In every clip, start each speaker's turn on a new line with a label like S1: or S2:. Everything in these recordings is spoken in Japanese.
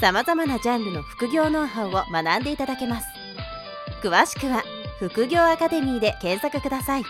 S1: さまざまなジャンルの副業ノウハウを学んでいただけます詳しくは「副業アカデミー」で検索ください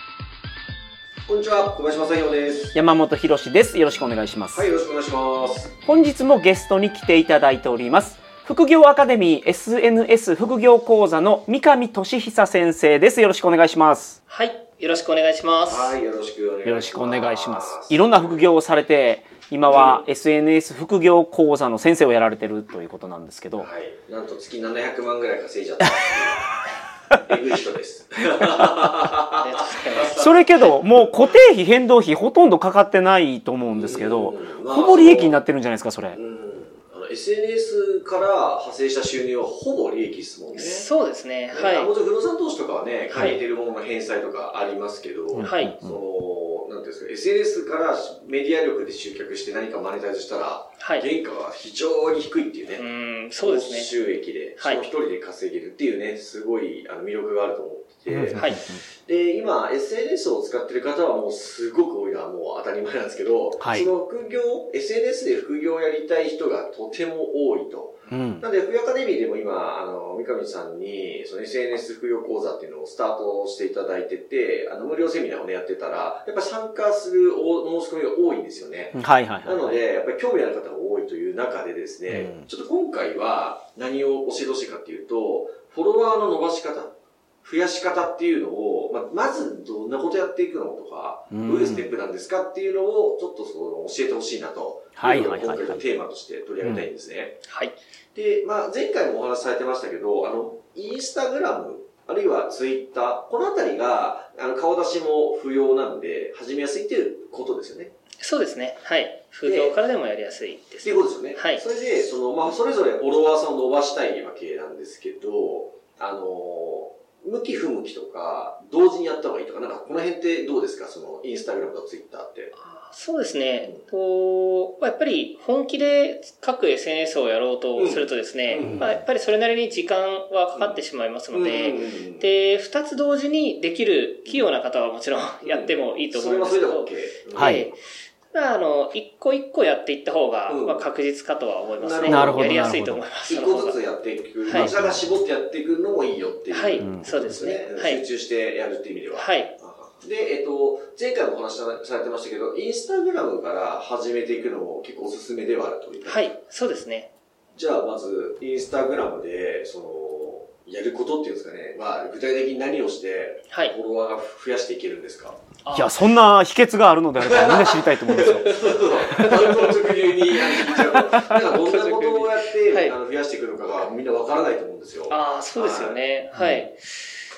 S2: こんにちは、小林正宏です。
S3: 山本博史です。よろしくお願いします。
S2: はい、よろしくお願いします。
S3: 本日もゲストに来ていただいております。副業アカデミー SNS 副業講座の三上俊久先生です。よろしくお願いします。
S4: はい、よろしくお願いします。
S2: はい、よろしくお願いします。
S3: よろしくお願いします。いろんな副業をされて、今は SNS 副業講座の先生をやられてるということなんですけど、
S2: はい、なんと月700万ぐらい稼いじゃっ た。えぐい人です。
S4: ありがとうございます。
S3: それけど、もう固定費、変動費ほとんどかかってないと思うんですけど、ほぼ利益にな
S2: っ
S3: ってるんじゃないですか、それ
S2: う。ん、あの SNS から派生した収入はほぼ利益ですもんね。
S4: そうですね、
S2: ね
S4: はい。
S2: もちろん不動産投資とかはね、借りてるものの返済とかありますけど、
S3: うん
S4: はい
S2: その、なんていうんですか、SNS からメディア力で集客して何かマネタイズしたら、
S4: はい。
S2: 原価は非常に低いっていうね。
S4: うーん、そうです
S2: 収益で、そ
S4: はい
S2: の一人で稼げるっていうね、すごいあの魅力があると思ってて、
S4: はい
S2: で、今、SNS を使ってる方はもうすごく多いのはもう当たり前なんですけど、
S3: はい
S2: その副業、SNS で副業をやりたい人がとても多いと。
S3: うん。
S2: なので、副業アカデミーでも今、あの、三上さんに、その SNS 副業講座っていうのをスタートしていただいてて、あの、無料セミナーをね、やってたら、やっぱ参加するお申し込みが多いんですよね。
S3: はいはい
S2: なの
S3: はい。
S2: で、やっぱり興味ある方が多いという中でですね、
S3: うん
S2: ちょっと今回は何を教えてほしいかっていうと、フォロワーの伸ばし方、増やし方っていうのを、まあ、まずどんなことやっていくのとか、
S3: うん
S2: どういうステップなんですかっていうのを、ちょっとその教えてほしいなと、
S3: はい
S2: いうのを
S3: はいはいはい
S2: 今回のテーマとして取り上げたいんですね。
S4: ね。はい。
S2: で、まあ、前回もお話しされてましたけど、あの、インスタグラム、あるいはツイッター、このあたりが、あの、顔出しも不要なんで、始めやすいっていうことですよね。
S4: そうですね、はい。副業からでもやりやすいで
S2: っ
S4: す
S2: てい。うことですよね。
S4: はい
S2: それで、その、まあ、それぞれフォロワーさんを伸ばしたいわけなんですけど、あの、向き不向きとか、同時にやった方がいいとか、なんかこの辺ってどうですかその、インスタグラムとツイッターって。
S4: そうですね、とまあやっぱり本気で各 SNS をやろうとするとですね、
S2: うん
S4: まあ、やっぱりそれなりに時間はかかってしまいますので、
S2: うん、
S4: で、二つ同時にできる器用な方はもちろんやってもいいと思
S2: そうれ
S4: んで
S2: は
S4: す
S2: そ
S4: け
S2: れで
S4: ど、
S2: OK。
S3: はい
S4: でただあの、一個一個やっていった方が、
S2: うん
S4: まあ、確実かとは思いますね。
S2: なるほど
S4: やりやすいと思います。
S2: 一
S4: その方
S2: 個
S4: が
S2: ずつやっていく。
S4: はい
S2: こちらが絞ってやっていくのもいいよっていう。
S4: はい、
S3: うん
S4: そうですね。はい
S2: 集。中してやるっていう意味では。
S4: はい。
S2: で、えっと、前回もお話しされてましたけど、インスタグラムから始めていくのも結構おすすめではあるという。
S4: はい。そうですね。
S2: じゃあまずインスタグラムでそのやることっていうんですかね、まあ、具体的に何をして
S4: はい。
S2: フォロワーが増やしていけるんですか
S4: あ
S3: いや、そんな秘訣があるのであれば、みんな知りたいと思うんですよ。
S2: 単刀直入にやってみちゃうとなんかどんなことをやって、
S4: はい
S2: あの増やしていくのかがみんなわからないと思うんですよ。
S4: あーそうですよね。
S3: は
S4: はいい。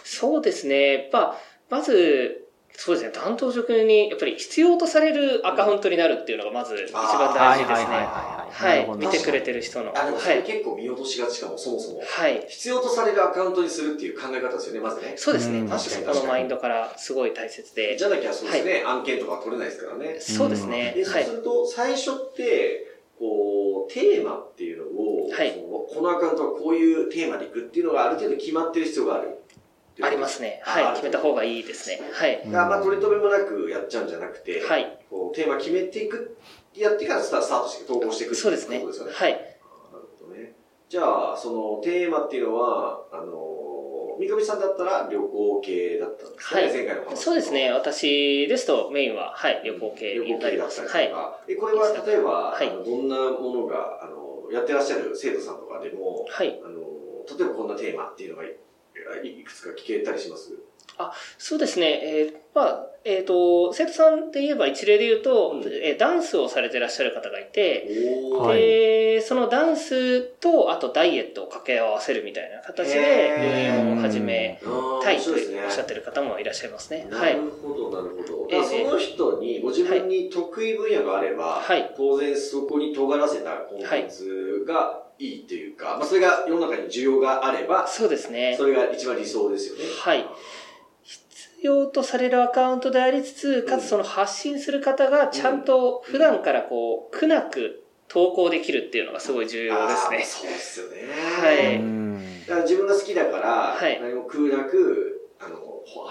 S4: そうですね。まあ、まず、そうですね。担当職に、やっぱり必要とされるアカウントになるっていうのが、まず一番大事です
S3: はいはいはい
S4: ね。
S3: なる
S4: は
S3: ほ
S4: い。
S3: ど
S4: 見てくれてる人の。は
S2: あでもそれ
S4: い。
S2: 結構見落としがちかも、そもそも。
S4: はい。
S2: 必要とされるアカウントにするっていう考え方ですよね、まずね。
S4: そうですね。
S3: うん
S4: まずそこのマインドからすごい大切で
S2: じ。ゃなきゃそうですね、案件とかは取れないですからね。
S4: そうですね
S2: で、。
S4: は
S2: そう
S4: い
S2: す。ると、最初って、こう、テーマっていうのを、
S4: はい
S2: そのこのアカウントはこういうテーマでいくっていうのがある程度決まってる必要がある。
S4: ありますね。
S2: あ
S4: はい。
S2: ある
S4: 決めた方がいいですね。はい。
S2: だからまあ、取り留めもなくやっちゃうんじゃなくて、
S4: はい。
S2: こうテーマ決めていく、やってからスタスタートして投稿していくってい
S4: そうですね
S2: ことですよ。ね。
S4: はい。
S2: なるほどね。じゃあ、そのテーマっていうのは、あの、三上さんだったら旅行系だったんですね、
S4: はい
S2: 前回の話。
S4: そうです。ね。私ですとメインは、はい、旅行系
S2: 旅
S4: に
S2: 行
S4: な
S2: 系
S4: り
S2: だ
S4: ま
S2: った
S4: す。
S2: りとか、
S4: はい。
S2: でこれは例えば、
S4: はい
S2: あのどんなものがあのやってらっしゃる生徒さんとかでも
S4: はい。
S2: あの例えばこんなテーマっていうのがいいくつか聞けたりします
S4: そうですね。えーまあ、えっ、と、生徒さんで言えば一例で言うと、
S2: うん
S4: えーダンスをされてらっしゃる方がいて、
S2: お
S3: はい
S4: で、そのダンスと、あとダイエットを掛け合わせるみたいな形で、
S2: へ
S3: ー
S4: 運営を始めたいと
S2: そうです
S4: おっしゃっ
S2: ね
S4: てる方もいらっしゃいますね。は
S2: ないる。ほどなるほど、
S4: ええ
S2: だからその人にご自分に得意分野があれば、
S4: はい
S2: 当然そこに尖らせたコンテンツがいいというか、まあ、それが世の中に需要があれば、
S4: そうですね
S2: そ。れが一番理想ですよね。
S4: はい。必要とされるアカウントでありつつ、かつその発信する方がちゃんと普段からこう、苦なく投稿できるっていうのがすごい重要です
S2: あー
S4: ね。
S2: そうですよね。
S4: はい
S3: うん
S2: だから自分が好きだから、
S4: はい
S2: 何も空なく、あの、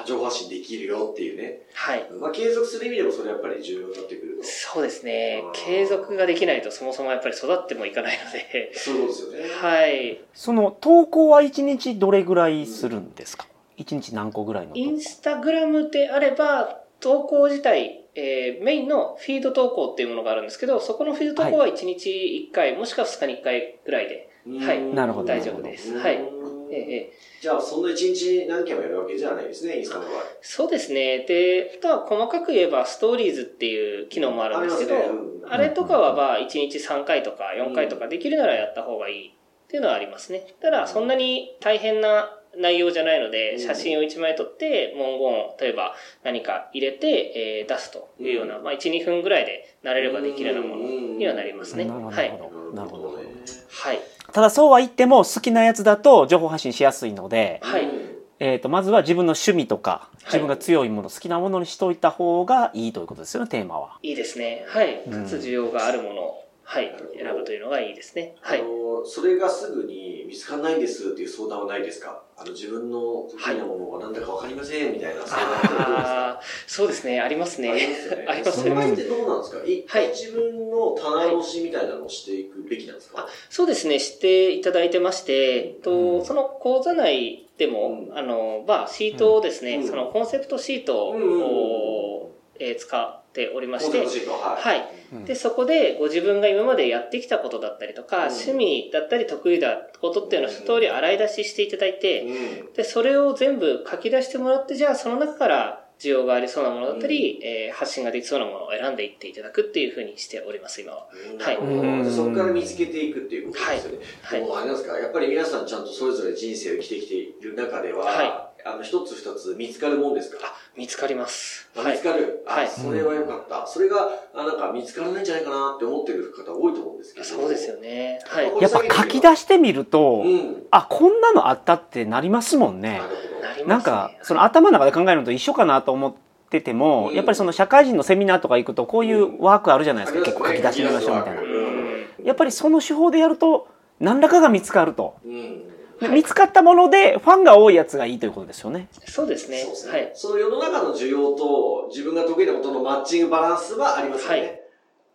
S2: 情報発信できるよっていうね。
S4: はい。
S2: まあ、継続する意味でもそれやっぱり重要になってくると。
S4: そうですね
S2: あー。
S4: 継続ができないとそもそもやっぱり育ってもいかないので。
S2: そういうことですよね。
S4: はい。
S3: その投稿は1日どれぐらいするんですか1日何個ぐらいの投
S4: イ
S3: 稿
S4: ンスタグラムであれば、投稿自体、えーメインのフィード投稿っていうものがあるんですけど、そこのフィード投稿は1日1回、もしくは2日に1回ぐらいでは
S2: う
S4: い
S2: ん
S3: なるほど
S4: 大丈夫です。はい。え
S2: うん
S4: ーえー
S2: じゃあ、そんな一日何件もやるわけじゃないですね、インスタの場合。
S4: そうですね。で、あとは細かく言えば、ストーリーズっていう機能もあるんですけど、
S2: ありますね
S4: あれとかはまあ1日3回とか4回とかできるならやった方がいいっていうのはありますね。ただそんなに大変な内容じゃないの
S2: う
S4: で、
S2: ん
S4: 写真を1枚撮って文言を例えば何か入れて、えー出すというような、まあ1、2分ぐらいで慣れればできるようなものにはなりますね。
S3: なるほど
S4: は
S3: ないる。ほどなるほどなるほど
S4: はい。
S3: ただそうは言っても好きなやつだと情報発信しやすいので、
S4: はい
S2: うん
S3: えー、とまずは自分の趣味とか
S4: い
S3: 自分が強いもの、好きなものにしといた方がいいということですよねテーマは。
S4: いいですね。はい。かつ需要があるものを、はい。選ぶというのがいいですね。は
S2: あ
S4: い。
S2: のそれがすぐに見つからないんですっていう相談はないですかあの自分の好きなものが何だかわかりませんみたいな相談ってどうですか
S4: ああ、そうですね。ありますね。
S2: あ
S4: あ
S2: り
S4: り
S2: ま
S4: ますす
S2: よね。その
S4: ね
S2: 場合ってどうなんですか一
S4: は
S2: 回
S4: い
S2: 自分の棚卸しみたいなのをしていくべきなんですか、
S4: そうですね、していただいてまして、えっ
S3: うん
S4: と、その講座内でも、
S2: うん
S4: あの、まあ、シートをですね、
S2: うん
S4: そのコンセプトシート
S2: うんうんうん
S4: を、えー使っておりまし
S2: コンセプ
S4: て
S2: ト、シートは。
S4: はいい。
S3: うん
S4: で、そこでご自分が今までやってきたことだったりとか、
S2: うん
S4: 趣味だったり得意なことっていうのを一通り洗い出ししていただいて、
S2: うん
S4: で、それを全部書き出してもらって、じゃあその中から需要がありそうなものだったり、えー発信ができそうなものを選んでいっていただくっていうふうにしております、今は。はい
S2: うん
S3: うん
S2: そこから見つけていくっていうことですよね。
S4: はい
S2: で。もあれなんですかやっぱり皆さんちゃんとそれぞれ人生を生きてきている中では、
S4: は
S2: あの一つ二つ見つかるもんですか
S4: あ、見つかります。
S2: あ
S4: は
S2: 見
S4: い
S2: つ。かる、あ
S4: はい
S2: それは良かった。それが、あなんか見つからないんじゃないかなって思ってる方多いと思うんですけど。
S4: そうですよね。はい。
S2: こ
S3: やっぱ書き出してみると、
S2: うん。
S3: あこんなのあったってなりますもん
S2: な。
S3: ね
S2: るほど。
S4: なりますね
S3: なんかその頭の中で考えるのと一緒かなと思ってても、
S2: うん
S3: やっぱりその社会人のセミナーとか行くとこういうワークあるじゃないですか、
S2: うん
S3: 結構書き出してみましょうみたいな
S2: う。
S4: うん
S3: やっぱりその手法でやると何らかが見つかると。
S2: うん。
S3: で
S4: はい
S3: 見つかったものでファンが多いやつがいいということですよね。
S4: そうですね
S2: そうです。
S4: は
S2: ね
S4: い。。
S2: その世の中の需要と自分が得意なことのマッチングバランスはありますよね。
S4: はい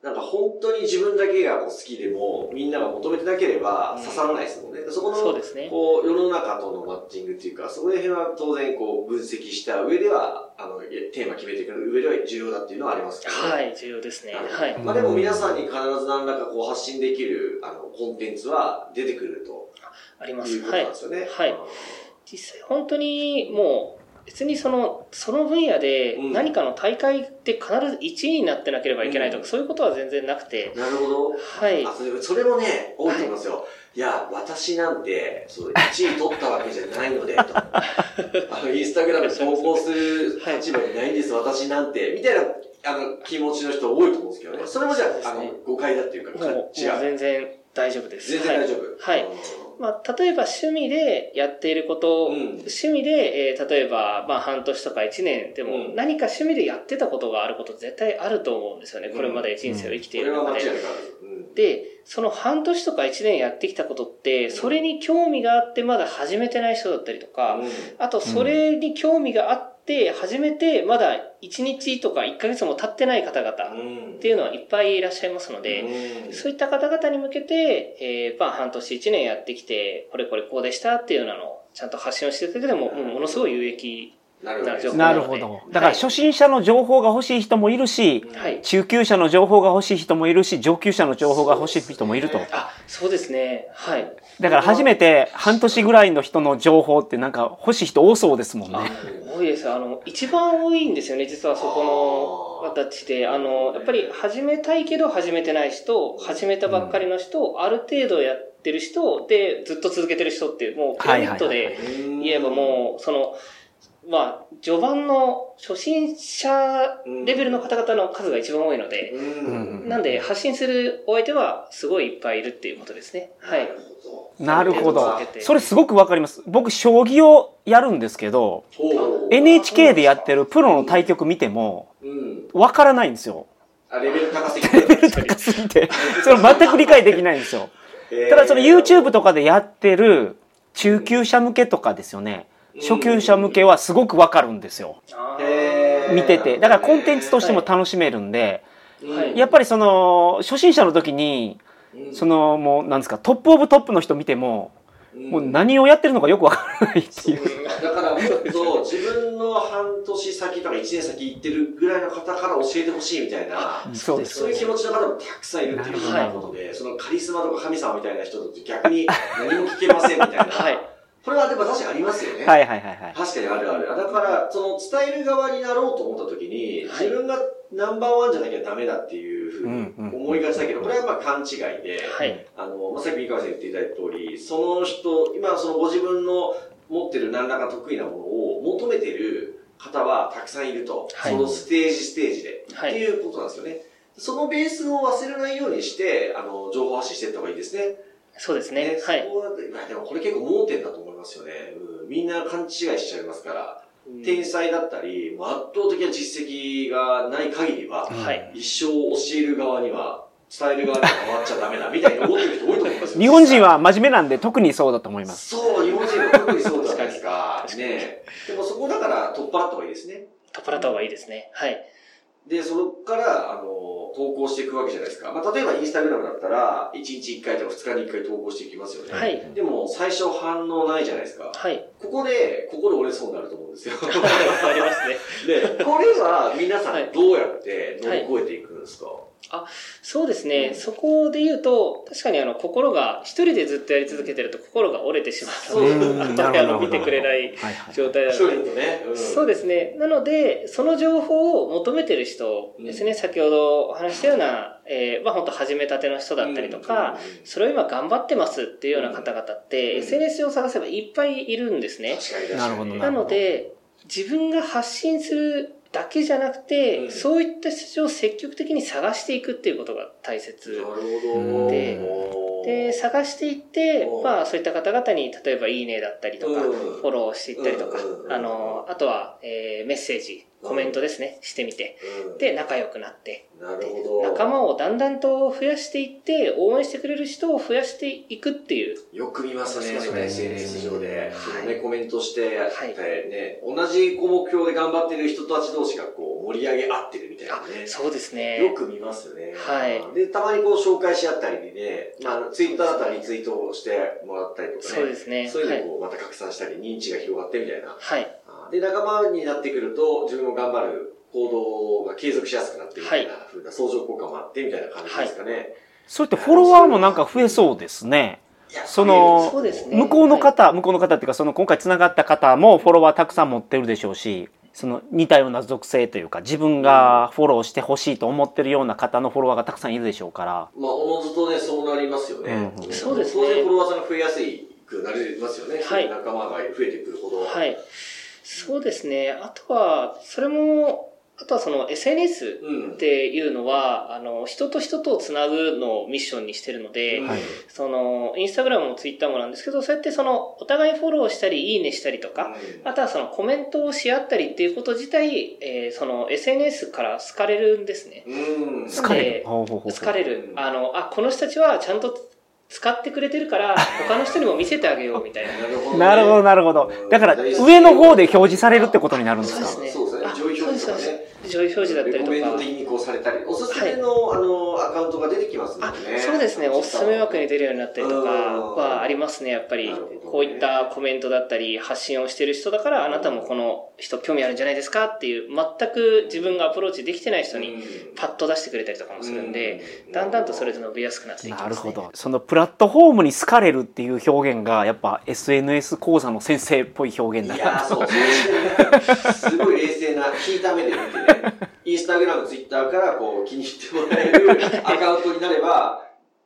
S2: なんか本当に自分だけがこう好きでも、みんなが求めてなければ
S4: うん
S2: 刺さらないですもんね。そこの、
S4: そうですね。
S2: こう、世の中とのマッチングっていうか、そこら辺は当然こう分析した上では、あの、えテーマ決めていく上では重要だっていうのはありますけど、
S4: はい、重要ですね。はい。
S2: まあでも皆さんに必ず何らかこう発信できる、あの、コンテンツは出てくると
S4: ありま
S2: い
S4: す。
S2: うこと
S4: は
S2: なん
S4: い
S2: で。すよね。
S4: はい実際、本当にもう、別にその、その分野で
S2: うん
S4: 何かの大会で必ず1位になってなければいけないと
S2: うん
S4: か、そういうことは全然なくて、
S2: なるほど。
S4: はい
S2: あ。それそれもね、多いと思いますよ。い、や、私なんて、そう、1位取ったわけじゃないので、と。 あの、インスタグラムで投稿する立場にないんです、私なんて、みたいな、あの、気持ちの人多いと思うんですけどね。それもじゃ
S4: そうで
S2: あ、
S4: す
S2: あ
S4: ね
S2: の、誤解だっていうか、
S4: もう、
S2: か
S4: もう
S2: 違う。
S4: 全然大丈夫です。
S2: 全然大丈夫。
S4: はいはいまあ、例えば趣味でやっていること、
S2: うん
S4: 趣味で、えー例えば、まあ、半年とか1年で
S2: う
S4: も、
S2: ん
S4: 何か趣味でやってたことがあること絶対あると思うんですよね。
S2: うん
S4: これまで人生を生きてい
S2: これ
S4: る
S2: は
S4: 中
S2: 間違
S4: で。
S2: いなくある。うん
S4: で、その半年とか1年やってきたことって、それに興味があってまだ始めてない人だったりとか、あと、それに興味があって、始めて、まだ1日とか1ヶ月も経ってない方々
S2: う
S4: っ
S2: ん。うん
S4: ていうのはいっぱいいらっしゃいますので、
S2: うん
S4: そういった方々に向けて、えーまあ半年1年やってきて、これこれこうでしたっていうようなのをちゃんと発信をしていただけでも、ものすごい有益。
S2: なるほ
S4: なるほ
S2: ど。
S4: ど
S3: なるほど。だから初心者の情報が欲しい人もいるし、
S2: うん
S4: はい。
S3: 中級者の情報が欲しい人もいるし、上級者の情報が欲しい人もいると
S2: そうで。す
S4: あ、そうですね。はい。
S3: だから初めて半年ぐらいの人の情報ってなんか欲しい人多そうですもんね。
S4: 多いです。あの、一番多いんですよね、実はそこの形で。あの、やっぱり始めたいけど始めてない人、始めたばっかりの人、ある程度やってる人、で、ずっと続けてる人っていう、もうピラミッドで
S2: うん
S4: 言えばもう、その、まあ、序盤の初心者レベルの方々の数が一番多いので、
S2: うん。
S4: なんで発信するお相手はすごいいっぱいいるっていうことですね。はい
S2: な。るほど。
S3: なるほど
S4: 続け。て
S3: それすごくわかります。僕、将棋をやるんですけど、
S2: ほう
S3: NHK でやってるプロの対局見ても、
S2: うん。
S3: わからないんですよ。
S2: あ、レベル高すぎ
S3: レベル高すぎ て。それ全く理解できないんですよ。
S2: る
S3: ただ、その YouTube とかでやってる中級者向けとかですよね。初級者向けはすごくわかるんですよ。
S2: へー
S3: 見てて。だからコンテンツとしても楽しめるんで、
S4: はい
S3: やっぱりその、初心者の時に、そのもう、なんですか、トップオブトップの人見ても、もう
S2: うん
S3: 何をやってるのかよくわからないっていう。
S2: だからもっと自分の半年先とか1年先行ってるぐらいの方から教えてほしいみたいな、
S3: そうです。
S2: そういう気持ちの方もたくさんいるっていうことで、そのカリスマとか神様みたいな人だと逆に何も聞けませんみたいな。
S4: はい。
S2: これはでも確かにありますよね。
S3: はいはいはいはい。
S2: 確かにあるある。だから、その伝える側になろうと思った時に、
S4: は
S2: 自
S4: い
S2: 分がナンバーワンじゃなきゃダメだっていうふうに思いがちだけど、これはやっぱ勘違いで、
S4: はい。
S2: あの、まあ、さっき三河さん言っていただいた通り、その人、今そのご自分の持ってる何らか得意なものを求めてる方はたくさんいると。
S4: はい
S2: そのステージステージで。
S4: は
S2: って
S4: い。
S2: いうことなんですよね。そのベースを忘れないようにして、あの、情報発信していった方がいいですね。
S4: そうですね。
S2: そ
S4: はい。
S2: こはまあでもこれ結構盲点だと思いますよね。うん、みんな勘違いしちゃいますから、天才だったり、もう圧倒的な実績がない限りは、
S4: はい。
S2: 一生教える側には、伝える側には変わっちゃダメだ、みたいに思ってる人多いと思いますよ。
S3: 日本人は真面目なんで特にそうだと思います。
S2: そう、日本人は特にそうじゃないですか。ねえでもそこだから取っ払った方がいいですね。
S4: 取っ払った方がいいですね。はい。
S2: で、そこから、あの、投稿していくわけじゃないですか。まあ、例えばインスタグラムだったら、1日1回とか2日に1回投稿していきますよね。
S4: はい。
S2: でも、最初反応ないじゃないですか。
S4: はい。
S2: ここで、心折れそうになると思うん ですよ。
S4: ありますね。
S2: で、これは皆さんどうやって乗り越えていくんですか、
S4: そうですね、そこで言うと、確かにあの心が、一人でずっとやり続けてると心が折れてしまうので、
S2: うん
S4: あんまりあの見てくれない
S3: はいはい。
S4: 状態な
S2: 一人
S4: の
S2: だ
S4: で。
S2: とね。うん
S4: そうですね。なので、その情報を求めてる人ですね、
S2: うん
S4: 先ほどお話ししたような、えーまあ本当始めたての人だったりとか、、それを今頑張ってますっていうような方々って、
S2: うん
S4: SNS を探せばいっぱいいるんです
S2: うん
S4: ね。
S2: 確かに確かに
S3: なるほど
S4: なので、自分が発信するだけじゃなくて、
S2: うん
S4: そういった人を積極的に探していくっていうことが大切。
S2: なるほど。
S4: でで、探していって
S2: お、う
S4: まあそういった方々に、例えばいいねだったりとか、
S2: うん
S4: フォローしていったりと
S2: う
S4: か
S2: んうんう、ん
S4: あの、あとは、えーメッセージ、コメントですね、してみて、
S2: うん、
S4: で、仲良くなって、
S2: なる
S4: で
S2: ほど。
S4: 仲間をだんだんと増やしていって、応援してくれる人を増やしていくっていう、
S2: よく見ますね、そ
S4: そう
S2: れ
S4: です
S2: SNS 上で。
S4: はい
S2: そのね、コメントして、
S4: はい
S2: ね、同じこう目標で頑張ってる人たち同士がこう盛り上げ合ってるみたいなね。
S4: そうです
S2: よ
S4: ね。
S2: く見ますよね。
S4: は
S2: で、たまにこう紹介し合ったりで、まあ、ツイッターだったりリツイートをしてもらったりとかね。
S4: そうですね。
S2: そういう
S4: は
S2: の
S4: い。
S2: をこうまた拡散したり、認知が広がってみたいな。
S4: はい。
S2: あーで、仲間になってくると、自分も頑張る行動が継続しやすくなってみたいな風な相乗効果もあってみたいな感じですかね。い、
S3: それってフォロワーもなんか増えそうですね。
S2: や
S3: その
S4: そうですね。
S3: 向こうの方、向こうの方っていうか、その今回つながった方もフォロワーたくさん持ってるでしょうし、その似たような属性というか、自分がフォローしてほしいと思ってるような方のフォロワーがたくさんいるでしょうから。
S2: まあ、おのずとね、そうなりますよね。
S3: うん
S4: そうですね
S2: 当然、フォロワーさんが増えやすいくなりますよね。
S4: はい
S2: そうう仲間が増えてくるほど。
S4: はい。そうですね。あとは、それも、あとはその SNS
S2: うん。
S4: っていうのは、あの、人と人とをつなぐのをミッションにしてるので、
S2: うん
S3: はい
S4: その、インスタグラムもツイッターもなんですけど、そうやってその、お互いフォローしたり、いいねしたりとか、あとはそのコメントをし合ったりっていうこと自体、えーその SNS から好かれるんですね。
S2: うん。
S3: 疲れ
S4: で
S3: る。ほうほうほう
S4: 好かれる。
S2: うん
S4: あの、あ、この人たちはちゃんと使ってくれてるから、他の人にも見せてあげようみたいな。
S2: なるほどね。
S3: なるほど、なるほど。だから、上の方で表示されるってことになるんですか
S4: そうですね
S2: そうですね。上位表示とかね。
S4: 上位表示だったり
S2: レ
S4: と
S2: コ
S4: か。
S2: メンド的にこうされたり、おすすめの、あの、アカウントが出てきますもん
S4: あ
S2: ね。
S4: そうですね、おすすめ枠に
S2: で。
S4: 出るようになったり
S2: う
S4: とか
S2: ん
S4: はありますね、やっぱり
S2: なるほどね。
S4: こういったコメントだったり、発信をしてる人だから、あなたもこの人興味あるんじゃないですかっていう、全く自分がアプローチできてない人にパッと出してくれたりとかもするんで、
S2: う
S4: だんだんとそれで伸びやすくなっていきます、
S3: な
S4: ね。
S3: るほど。そのプラットフォームに好かれるっていう表現が、やっぱ SNS 講座の先生っぽい表
S2: い
S3: 現だ
S2: や
S3: な。
S2: ー、そう、そうですね。すごい冷静な、聞いた目で見てね、インスタグラム、ツイッターからこう気に入ってもらえるアカウントになれば、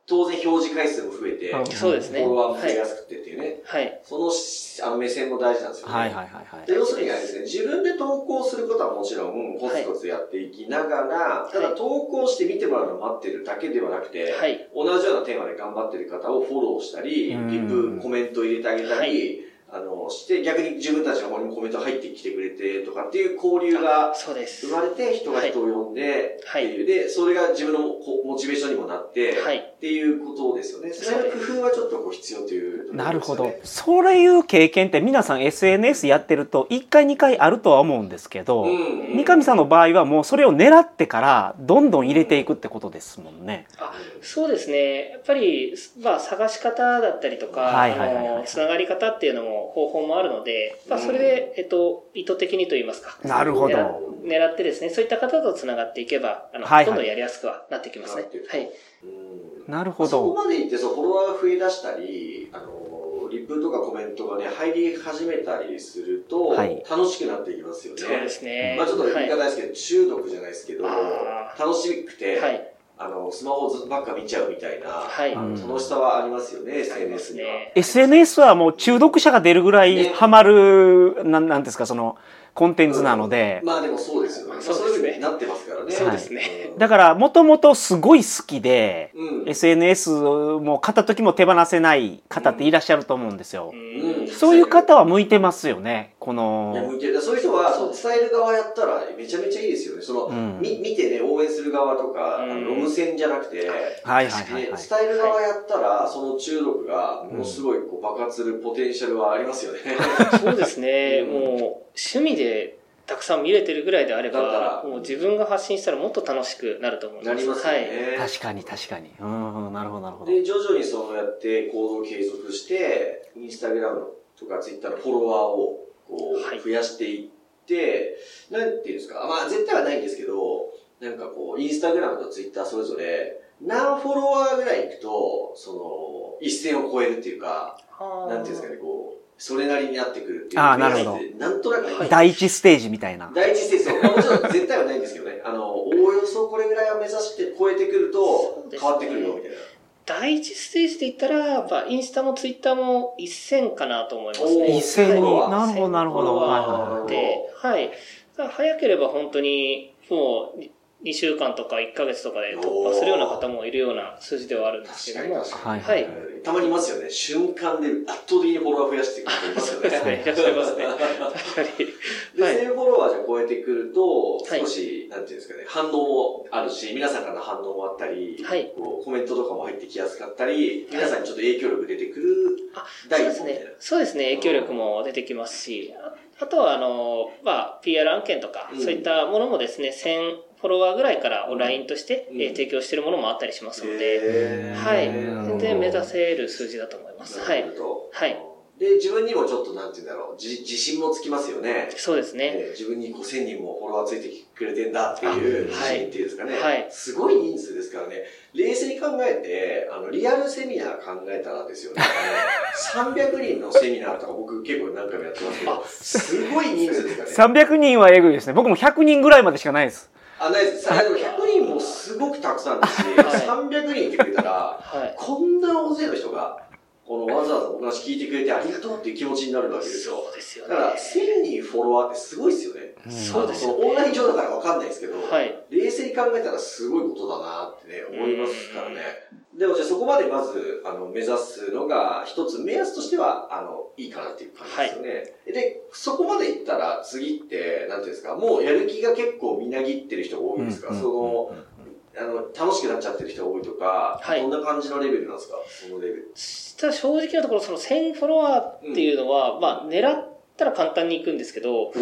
S2: 当然表示回数も増えて、
S3: うん
S4: そうです
S2: フ
S4: ね。
S2: ォロワーも
S4: は
S2: 増え
S4: い。
S2: やすくてっていうね、
S4: はい。
S2: そのしあの目線も大事なんですよね。
S3: はいはいはい
S2: で要するにあれですね、自分で投稿することはもちろん、コツコツやっていきながら、
S4: い
S2: ただ投稿して見てもらうのを待ってるだけではなくて、
S4: はい。
S2: 同じようなテーマで頑張ってる方をフォローしたり、リ
S3: うん
S2: プ、コメント入れてあげた
S4: は
S2: り、あの、して、逆に自分たちの方にもコメント入ってきてくれてとかっていう交流が
S4: そうです。
S2: 生
S4: は
S2: まれて、人が人を呼んで、
S4: い。
S2: っていうで、それが自分のこモチベーションにもなって、
S4: はい。
S2: っていうことですよね。それの工夫はちょっとこう必要というところですよね、
S3: なるほど。そういう経験って皆さん SNS やってると1回2回あるとは思うんですけど、
S2: うん。
S3: 三上さんの場合はもうそれを狙ってからどんどん入れていくってことですもんね。
S4: あそうですね。やっぱり、まあ、探し方だったりとか、あ
S3: はいはいはいはい
S4: のつながり方っていうのも方法もあるので、まあ、それで、えっと、意図的にと言いますか。
S3: なるほど
S4: 狙狙ってですね、そういった方とつながっていけば、あの、
S3: はいはい
S4: どんどんやりやすくはなってきますね。はい。
S2: うん
S3: なるほ
S2: そこ
S3: ど。
S2: までいってそうフォロワーが増え出したり、あの、リプとかコメントがね、入り始めたりすると、
S3: はい
S2: 楽しくなっていきますよね。
S4: そうですね。
S2: まあちょっと
S4: は
S2: 言い
S4: い。
S2: 方ですけど、中毒じゃないですけど、
S4: あ
S2: 楽しくて、
S4: はい。
S2: あの、スマホずっとばっか見ちゃうみたいな、
S4: はい
S2: あ
S3: う
S2: の
S3: ん
S2: 楽しさはありますよね、
S4: ありま
S2: SNS
S4: す
S2: には。
S4: ね。
S3: SNS はもう中毒者が出るぐらい
S2: ね
S3: ハマる、なん、なんですか、その、コンテンツなので、
S2: まあでもそうですよね。まあ
S4: そう
S2: そう
S4: で
S2: いう
S4: す
S2: ふう
S4: ね
S2: になってますからね。
S4: そうですね
S2: うん
S3: だから、もともとすごい好きで、
S2: うん。
S3: SNS も片時も手放せない方っていらっしゃると思うんですよ
S4: う。
S2: うんん
S3: そういう方は向いてますよね、こ
S2: いや向
S3: の、
S2: いてるそういう人はそう伝える側やったらめちゃめちゃいいですよねその、
S3: うん
S2: み見てね応援する側とか、
S4: うん
S2: あのロム線じゃなくて、ね
S3: はいはいはいはい。
S2: 伝える側やったら、その中毒がものすごいこう爆発するポテンシャルはありますよね。
S4: そうですね。
S2: うん
S4: もう、趣味でたくさん見れてるぐらいであれ
S2: だか
S4: ば、
S2: ら
S4: もう自分が発信したらもっと楽しくなると思います。
S2: なりますよ
S4: は
S2: ね
S4: い。。
S3: 確かに確かに。うん、うんなるほどなるほど。
S2: で、徐々にそうやって行動を継続して、インスタグラムとかツイッターのフォロワーをこ
S4: はいう
S2: 増やしていって、なんていうんですか、まあ絶対はないんですけど、なんかこう、インスタグラムとツイッターそれぞれ、何フォロワーぐらいいくと、その、一線を超えるっていうか、なんていうんですかね、こう、それなりになってくるっていう
S3: あーなるほど
S2: ど。なんとなく、
S3: 第一ステージみたいな。
S2: 第一ステージそうもちろん絶対はないんですけどね、あの、おおよそこれぐらいは目指して超えてくる
S4: そ
S2: と
S4: うですね
S2: 変わってくるよみたいな。
S4: 第一ステージで言ったら、やっぱインスタもツイッターも1000かなと思います
S2: おー
S4: ね。
S3: 一斉
S2: はい
S3: に。なるほどなるほど。
S4: フォロ
S3: はい
S4: ワ
S3: はいはい
S2: ー
S4: で、はい。だから早ければ本当に、もう2週間とか1ヶ月とかで突破するような方もいるような数字ではあるんです
S2: 確かに
S4: けども
S2: 確、かに。
S3: はい
S4: は
S3: はい
S4: い。
S2: たまにいますよね。瞬間で圧倒的にフォロワー増やしていく人いますよね。
S4: そうですねいらっしゃいますね確かに。
S2: で、
S4: はい
S2: 1000フォロワーじゃ超えてくると、
S4: はい
S2: 少し、なんていうんですかね、反応もあるし、皆さんからの反応もあったり、
S4: はい
S2: こうコメントとかも入ってきやすかったり、皆さんにちょっと影響力出てくる
S4: あ
S2: 第
S4: そうで
S2: 一歩み
S4: す
S2: たい
S4: ね。そうですね。影響力も出てきますし、ああとは、あの、まあ、PR 案件とか、
S2: うん
S4: そういったものもですね、1000フォロワーぐらいから
S2: うん
S4: LINE として、えー
S2: うん
S4: 提供しているものもあったりします
S2: な。
S4: ので、
S2: へー
S4: はい。
S3: なるほど
S4: 全然目指せる数字だと思います。はい
S2: な。るほど
S4: はい。
S2: で、自分にもちょっと、なんていうんだろう、じ自信もつきますよね。
S4: そうですね。
S2: ね自分に5000人もフォロワーついてくれてんだっていう
S4: あ
S2: 自
S4: はい
S2: 信っていうんですかね、
S4: はい
S2: すごい人数ですからね冷静に考えてあのリアルセミナー考えたらですよねあの300人のセミナーとか僕結構何回もやってますけどすごい人数ですからね
S3: 300人はえぐいですね。僕も100人ぐらいまでしかないです。
S2: あないですさでも100人もすごくたくさんですし、
S4: はい
S2: 300人ってくれたら
S4: はい。
S2: こんな大勢の人がこのわざわざお話聞いてくれてありがとうっていう気持ちになるわけですよ
S4: そうですよ
S2: だ
S4: ね
S2: か。ら1000人フォロワーってすごいですよね
S3: うん
S4: そうですよ
S2: あのオンライン上だからわかんないですけど、
S4: はい。
S2: 冷静に考えたらすごいことだなってね、思いますからね。でもじゃあそこまでまず、あの、目指すのが、一つ目安としては、あの、いいかなっていう感じですよね。で、そこまでいったら、次って、なんていうんですか、もうやる気が結構みなぎってる人が多いんですか、
S3: うん
S2: その、あの、楽しくなっちゃってる人が多いとか、
S4: はい
S2: どんな感じのレベルなんですかそのレベル。
S4: ただ正直なところ、その1000フォロワーっていうのは、まあ、狙ったら簡単にいくんですけど、
S2: お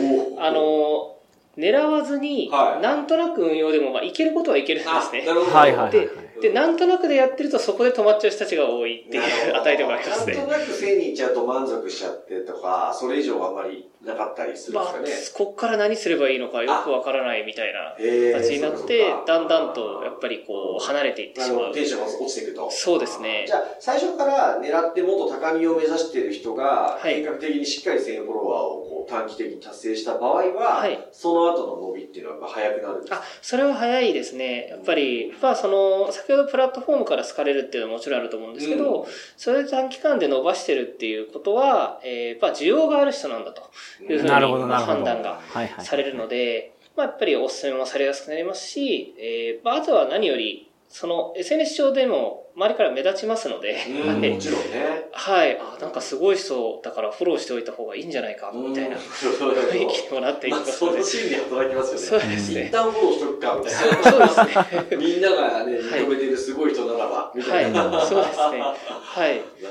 S4: あ、の、狙わずに、
S2: はい
S4: なんとなく運用でも、まあ、いけることはいけるんですね
S2: あ、。なるほど。
S3: はいはいはい
S4: でで、なんんとなくでやってるとそこで止まっちゃう人たちが多いってい
S2: なるほ
S4: う
S2: ど
S4: 値でもあります
S2: な
S4: ね
S2: ん。となく1000人いっちゃうと満足しちゃってとか、それ以上はあんまりなかったりする
S4: ま
S2: ん
S4: あ
S2: ですかね。、
S4: こっから何すればいいのかよくわからないみたいな
S2: え
S4: 形になって、だんだんとやっぱりこう離れていって
S2: な
S4: し
S2: るほ
S4: ま
S2: ど
S4: う
S2: テ。ンションが落ちていくと
S4: そうですね
S2: じゃあ最初から狙ってもっと高みを目指している人が
S4: はい
S2: 計画的にしっかり1000フォロワーをこう短期的に達成した場合は、
S4: はい
S2: その後の伸びっていうのはやっぱ早くなるんです
S4: あ、それは早いですね。やっぱり、まあその、先先ほどプラットフォームから好かれるっていうのはもちろんあると思うんですけど、それで短期間で伸ばしてるっていうことは、えー、まあ、需要がある人なんだというふうに
S3: なるほどなるほど
S4: 判断が
S3: はいはい
S4: されるので、まあ、やっぱりお勧めもされやすくなりますし、えーまあ、あとは何より、その SNS 上でも周りから目立ちますので、
S2: うん、
S4: はい
S2: もちろんね。
S4: はい、あ、なんかすごい人だからフォローしておいた方がいいんじゃないか、みたいな
S2: うん
S4: 雰囲気にもなっていき
S2: ま
S4: ま
S2: あ、
S4: す
S2: そ
S4: ので
S2: の。心理働きます
S4: そ
S2: よ
S4: う
S2: ね。
S4: です
S2: 一
S4: ね。
S2: 旦フォローしとくか、みたいな。
S4: そうですね。
S2: みんながね、認めてるすごい人ならば、みたいな。
S4: はいそうですねはい。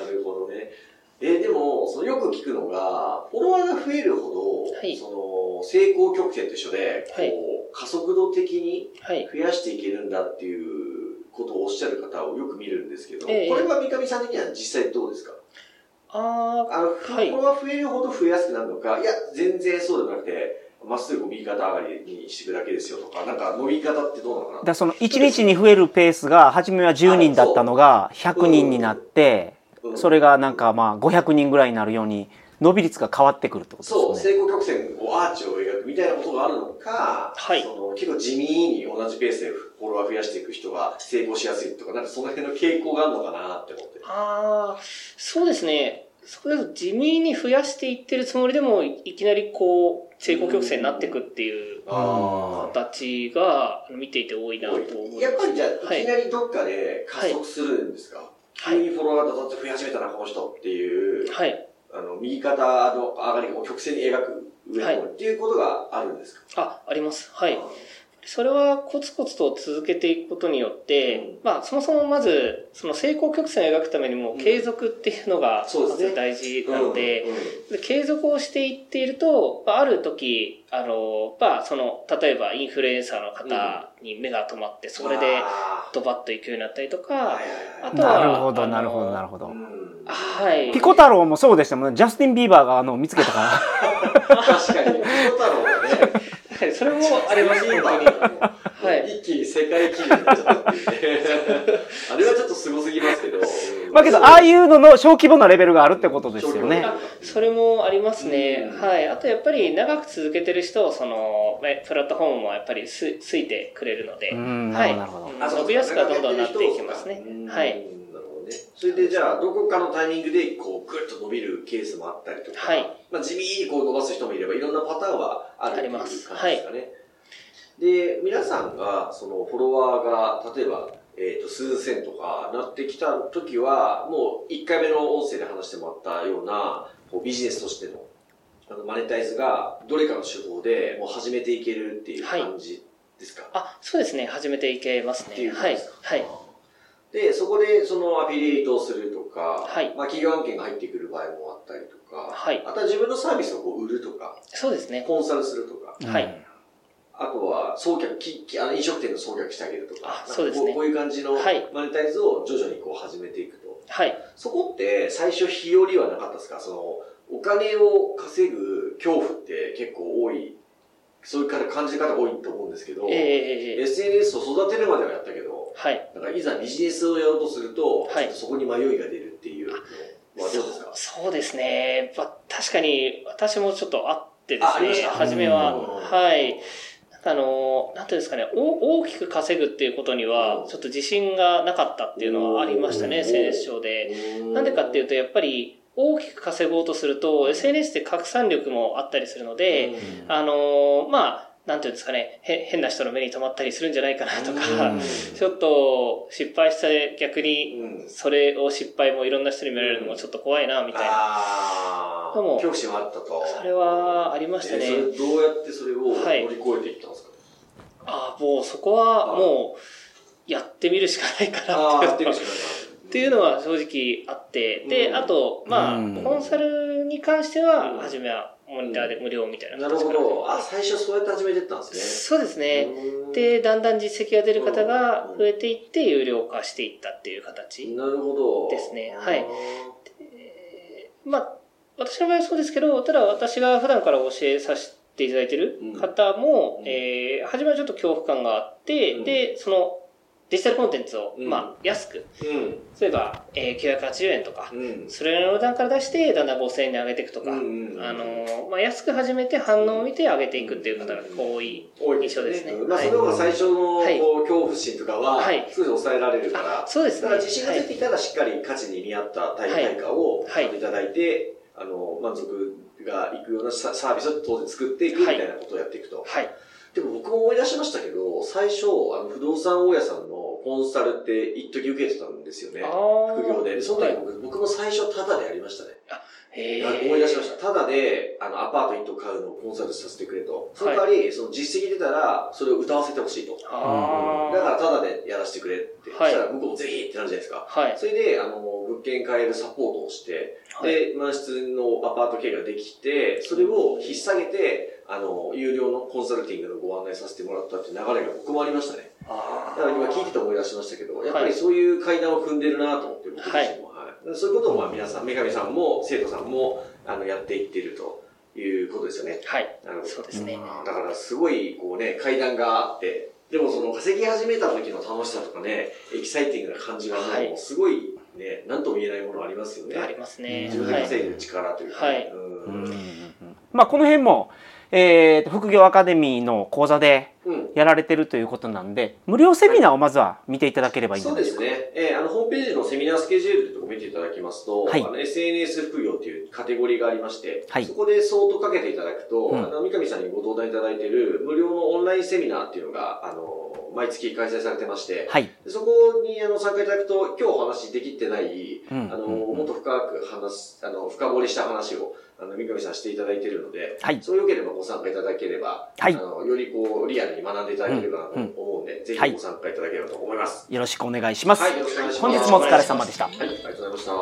S2: なるほどね。え、でも、そのよく聞くのが、フォロワーが増えるほど、
S4: はい
S2: その、成功曲線と一緒で、
S4: はい
S2: こう、加速度的に
S4: はい。
S2: 増やしていけるんだっていうことをおっしゃる方をよく見るんですけど、
S4: ええ
S2: これは三上さん的には実際どうですか
S4: あ
S2: あの、
S4: はい
S2: フォロワー増えるほど増えやすくなるのか、いや、全然そうではなくて、まっすぐ右肩上がりにしていくだけですよとか、なんか伸び方ってどうなのか
S3: だか
S2: な
S3: らその1日に増えるペースが初めは10人だったのが100人になって
S2: うん
S3: それがなんかまあ500人ぐらいになるように伸び率が変わってくるってこと
S2: そう、
S3: ですね。
S2: 成功曲線をアーチを描くみたいなことがあるのか、
S4: はい
S2: その結構地味に同じペースでフォロワー増やしていく人が成功しやすいとか、なんかその辺の傾向があるのかなって思って
S4: あ、。ああ、そうですね。そこで地味に増やしていってるつもりでも、いきなりこう、成功曲線になっていくっていう
S2: あ
S4: 形が見ていて多いなと思います。
S2: やっぱりじゃあ、、
S4: はいい
S2: きなりどっかで加速するんですか、
S4: はい
S2: 急にフォロワーがだっと増え始めたな、この人っていう、
S4: はい。
S2: あの右肩の上がりを曲線に描く上の、
S4: はい
S2: っていうことがあるんですか
S4: あ、あります。はい
S2: あ。
S4: それはコツコツと続けていくことによって、まあ、そもそもまず、その成功曲線を描くためにも、継続っていうのが、
S2: そうで
S4: ます
S2: ね
S4: ず大事
S2: ー
S4: なので、
S2: うんうん
S4: で継続をしていっていると、まあ、ある時、あの、まあ、その、例えばインフルエンサーの方に目が止まって、それで
S2: あ
S4: ドバッと行くようになったりと
S2: ー
S4: か
S2: は、いはいはい
S4: あとは
S3: なるほ
S4: あ
S3: ど
S4: の
S3: なるほどなるほど
S2: う。ん
S4: はい。
S3: ピコ太郎もそうでしたもんね。ジャスティン・ビーバーがあの見つけ たから。
S2: 確かに、ピコ太郎はね、
S4: はいそれもあります、本当に。
S2: は
S4: はい
S2: い、一気に世界記念になっちゃったって いうねあれはちょっとすごすぎますけど。
S3: まあけど、ああいうのの小規模なレベルがあるってことですよね。
S4: あそれもありますね、
S2: うん
S4: はい、あとやっぱり長く続けてる人そのえプラットフォームもやっぱりすついてくれるので、
S3: うん、な
S4: は
S3: る
S4: い、
S3: ほどなるほど。
S4: うん伸びやすくはどんどんなっていきますね
S2: うん
S4: はい。
S2: なるほどねそれでじゃあ、どこかのタイミングで、こう、ぐっと伸びるケースもあったりとか、
S4: はい
S2: まあ、地味にこう伸ばす人もいれば、いろんなパターンはあるっていう感じですかね。
S4: ありま
S2: で、皆さんが、その、フォロワーが、例えば、えっ、と、数千とかなってきた時は、もう、1回目の音声で話してもらったような、こう、ビジネスとしての、あの、マネタイズが、どれかの手法でもう始めていけるっていう感じですか、
S4: あそうですね始めていけます
S2: っていう
S4: ね
S2: こと
S4: はい
S2: ですか
S4: はい
S2: で、そこでそのアフィリエイトをするとか、
S4: はい
S2: まあ、企業案件が入ってくる場合もあったりとか、
S4: はい
S2: あとは自分のサービスをこう売るとか、
S4: そうですね
S2: コンサルするとか、
S4: はい
S3: うん
S2: あとは送客、ききあの飲食店の送客してあげるとか、
S4: あそうですね
S2: なんかここういう感じの
S4: はい
S2: マネタイズを徐々にこう始めていくと。
S4: はい
S2: そこって最初日和はなかったですかその、お金を稼ぐ恐怖って結構多い、そういうから感じる方多いと思うんですけど、
S4: えー、
S2: SNS を育てるまではやったけど、
S4: はい
S2: だからいざビジネスをやろうとすると、
S4: はい
S2: ちょっとそこに迷いが出るっていうのはどうで
S4: そう
S2: すか
S4: そうですね、まあ、確かに私もちょっとあってで
S2: ああ
S4: す
S2: りまし
S4: ね
S2: た
S4: 初めは
S2: うん
S4: はいなんかあのなんていうんですかねお大きく稼ぐっていうことにはちょっと自信がなかったっていうのはありました
S2: うん
S4: ね SNS 上でなんでかっていう
S2: と、
S4: と、やっぱり大きく稼ごうとすると、SNS って拡散力もあったりするので、
S2: うん
S4: あのーまあ、なんていうんですかね、へ変な人の目に留まったりするんじゃないかなと
S2: う
S4: か
S2: ん、
S4: ちょっと失敗して逆に、
S2: うん
S4: それを失敗もいろんな人に見られるのもちょっと怖いな、みたいな。
S2: ああ、
S4: でも
S2: 恐怖心はあったと。
S4: それはありましたね
S2: えーそれどうやってそれを乗
S4: はい
S2: り越えていったんですか、
S4: ああ、もうそこはもう、やってみるしかないか
S2: ああ、
S4: な
S2: や
S4: っ
S2: っててみ
S4: いうのは
S2: るしか
S4: っていうのは正直あって、
S2: う
S4: で、
S2: ん
S4: あと、まあ、
S3: うん
S4: コンサルに関して
S2: うん
S4: は、初めはモニターで無料みたい
S2: な。
S4: ない
S2: なるほ
S4: 形から
S2: ど。あ、最初そうやって始めてったんです
S4: そうです
S2: ね。
S4: ね。
S2: うん、
S4: で、だんだん実績が出る方が増えていって、有料化していったっていう形。
S2: なるほど。
S4: ですねはい
S2: あ
S4: えーまあ、私の場合はそうですけど、ただ私が普段から教えさせていただいてる方も
S2: う、ん
S4: えー初めはちょっと恐怖感があって、
S2: うん
S4: で、その、デジタルコンテンツを、
S2: うん
S4: まあ、安く、
S2: うん。
S4: 例えば、えー、980円とか、
S2: うん。
S4: それらの値段から出して、だんだん5000円で上げていくとか、
S2: うんうん
S4: あのーまあ、安く始めて反応を見て上げていくっていう方が多い。
S2: 多いまあ、その方が最初のこ
S4: はいう
S2: 恐怖心とかは
S4: はい、
S2: すぐ抑えられるから、
S4: そうで
S2: だ
S4: す
S2: か
S4: ね。
S2: ら自信がついていたら、しっかり価値に見合った対対価を
S4: はい
S2: いただいて、あの、満足がいくようなササービスを当然作っていくみたいなことをやっていくと。
S4: はい。はい。
S2: でも僕も思い出しましたけど、最初、あの不動産大家さんのコンサルって一時受けてたんですよね。
S4: あ
S2: 副業で。でその時
S4: はい
S2: 僕僕も最初タダでやりましたね。
S4: へ
S2: あ
S4: ー
S2: 思い出しました。ただで、あの、アパート一棟買うのをコンサルさせてくれと。その代わり、その実績出たら、それを歌わせてほしいと。だ
S4: あー
S2: から、ただでやらせてくれって。
S4: はい
S2: そしたら、向こうもぜひってなるじゃないですか。
S4: はい。
S2: それで、あの、物件買えるサポートをして、
S4: はい。
S2: で、満室のアパート経営ができて、それを引っ提げて、あの、有料のコンサルティングのご案内させてもらったっていう流れが僕もありましたね。だ
S4: あ
S2: から今聞いてて思い出しましたけど、やっぱりそういう階段を踏んでるなと思って、僕自身も。はいそういうことをまあ皆さん、女神さんも生徒さんもあのやっていってるということですよね。
S4: はい。
S2: なるほど
S4: そうですね。
S2: だからすごいこうね、階段があって、でもその稼ぎ始めた時の楽しさとかね、エキサイティングな感じがもう、
S4: はい
S2: すごいね、なんとも言えないものありますよね。
S4: ありますね。
S2: 自分
S4: は
S2: で
S4: い。
S2: 稼いでる力というか。
S4: はい
S2: うん
S3: うんうんうんまあこの辺も、えーと副業アカデミーの講座で
S2: うん
S3: やられてるということなんで無料セミナーをまずは見ていただければいいんじ
S2: そ
S3: ゃ
S2: う
S3: ない
S2: で
S3: です
S2: す
S3: か。
S2: ね。えーあの、ホームページのセミナースケジュールというところを見ていただきますと、
S3: はい
S2: あの SNS 副業というカテゴリーがありまして、
S3: はい
S2: そこで相当かけていただくと、
S3: うん
S2: あの、三上さんにご登壇いただいている無料のオンラインセミナーっていうのが、あの、毎月開催されてまして、
S3: はい。
S2: でそこにあの参加いただくと、今日お話しできてない、
S3: うん
S2: あの、
S3: うんうん
S2: もっと深く話す、あの、深掘りした話を、あの、三上さんしていただいているので、
S3: はい
S2: そうよければご参加いただければ、
S3: はい
S2: あの、よりこう、リアルに学んでいただければなと思うんで、ぜ
S3: は
S2: ひ
S3: い
S2: ご参加いただければと思います。
S3: よろしくお願いします。
S2: はい、よろしくお願いしま
S3: 本
S2: す。
S3: 日もお疲れ様でした。
S2: はい、ありがとうございました。
S4: あ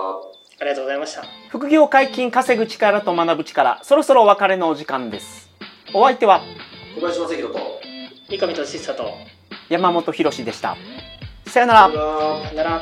S4: りがとうございました。
S3: 副業解禁稼ぐ力と学ぶ力、そろそろお別れのお時間です。お相手は
S2: 小林正宏と。
S4: 三上俊久と、
S3: 山本博史でした。さよなら。
S4: さよなら。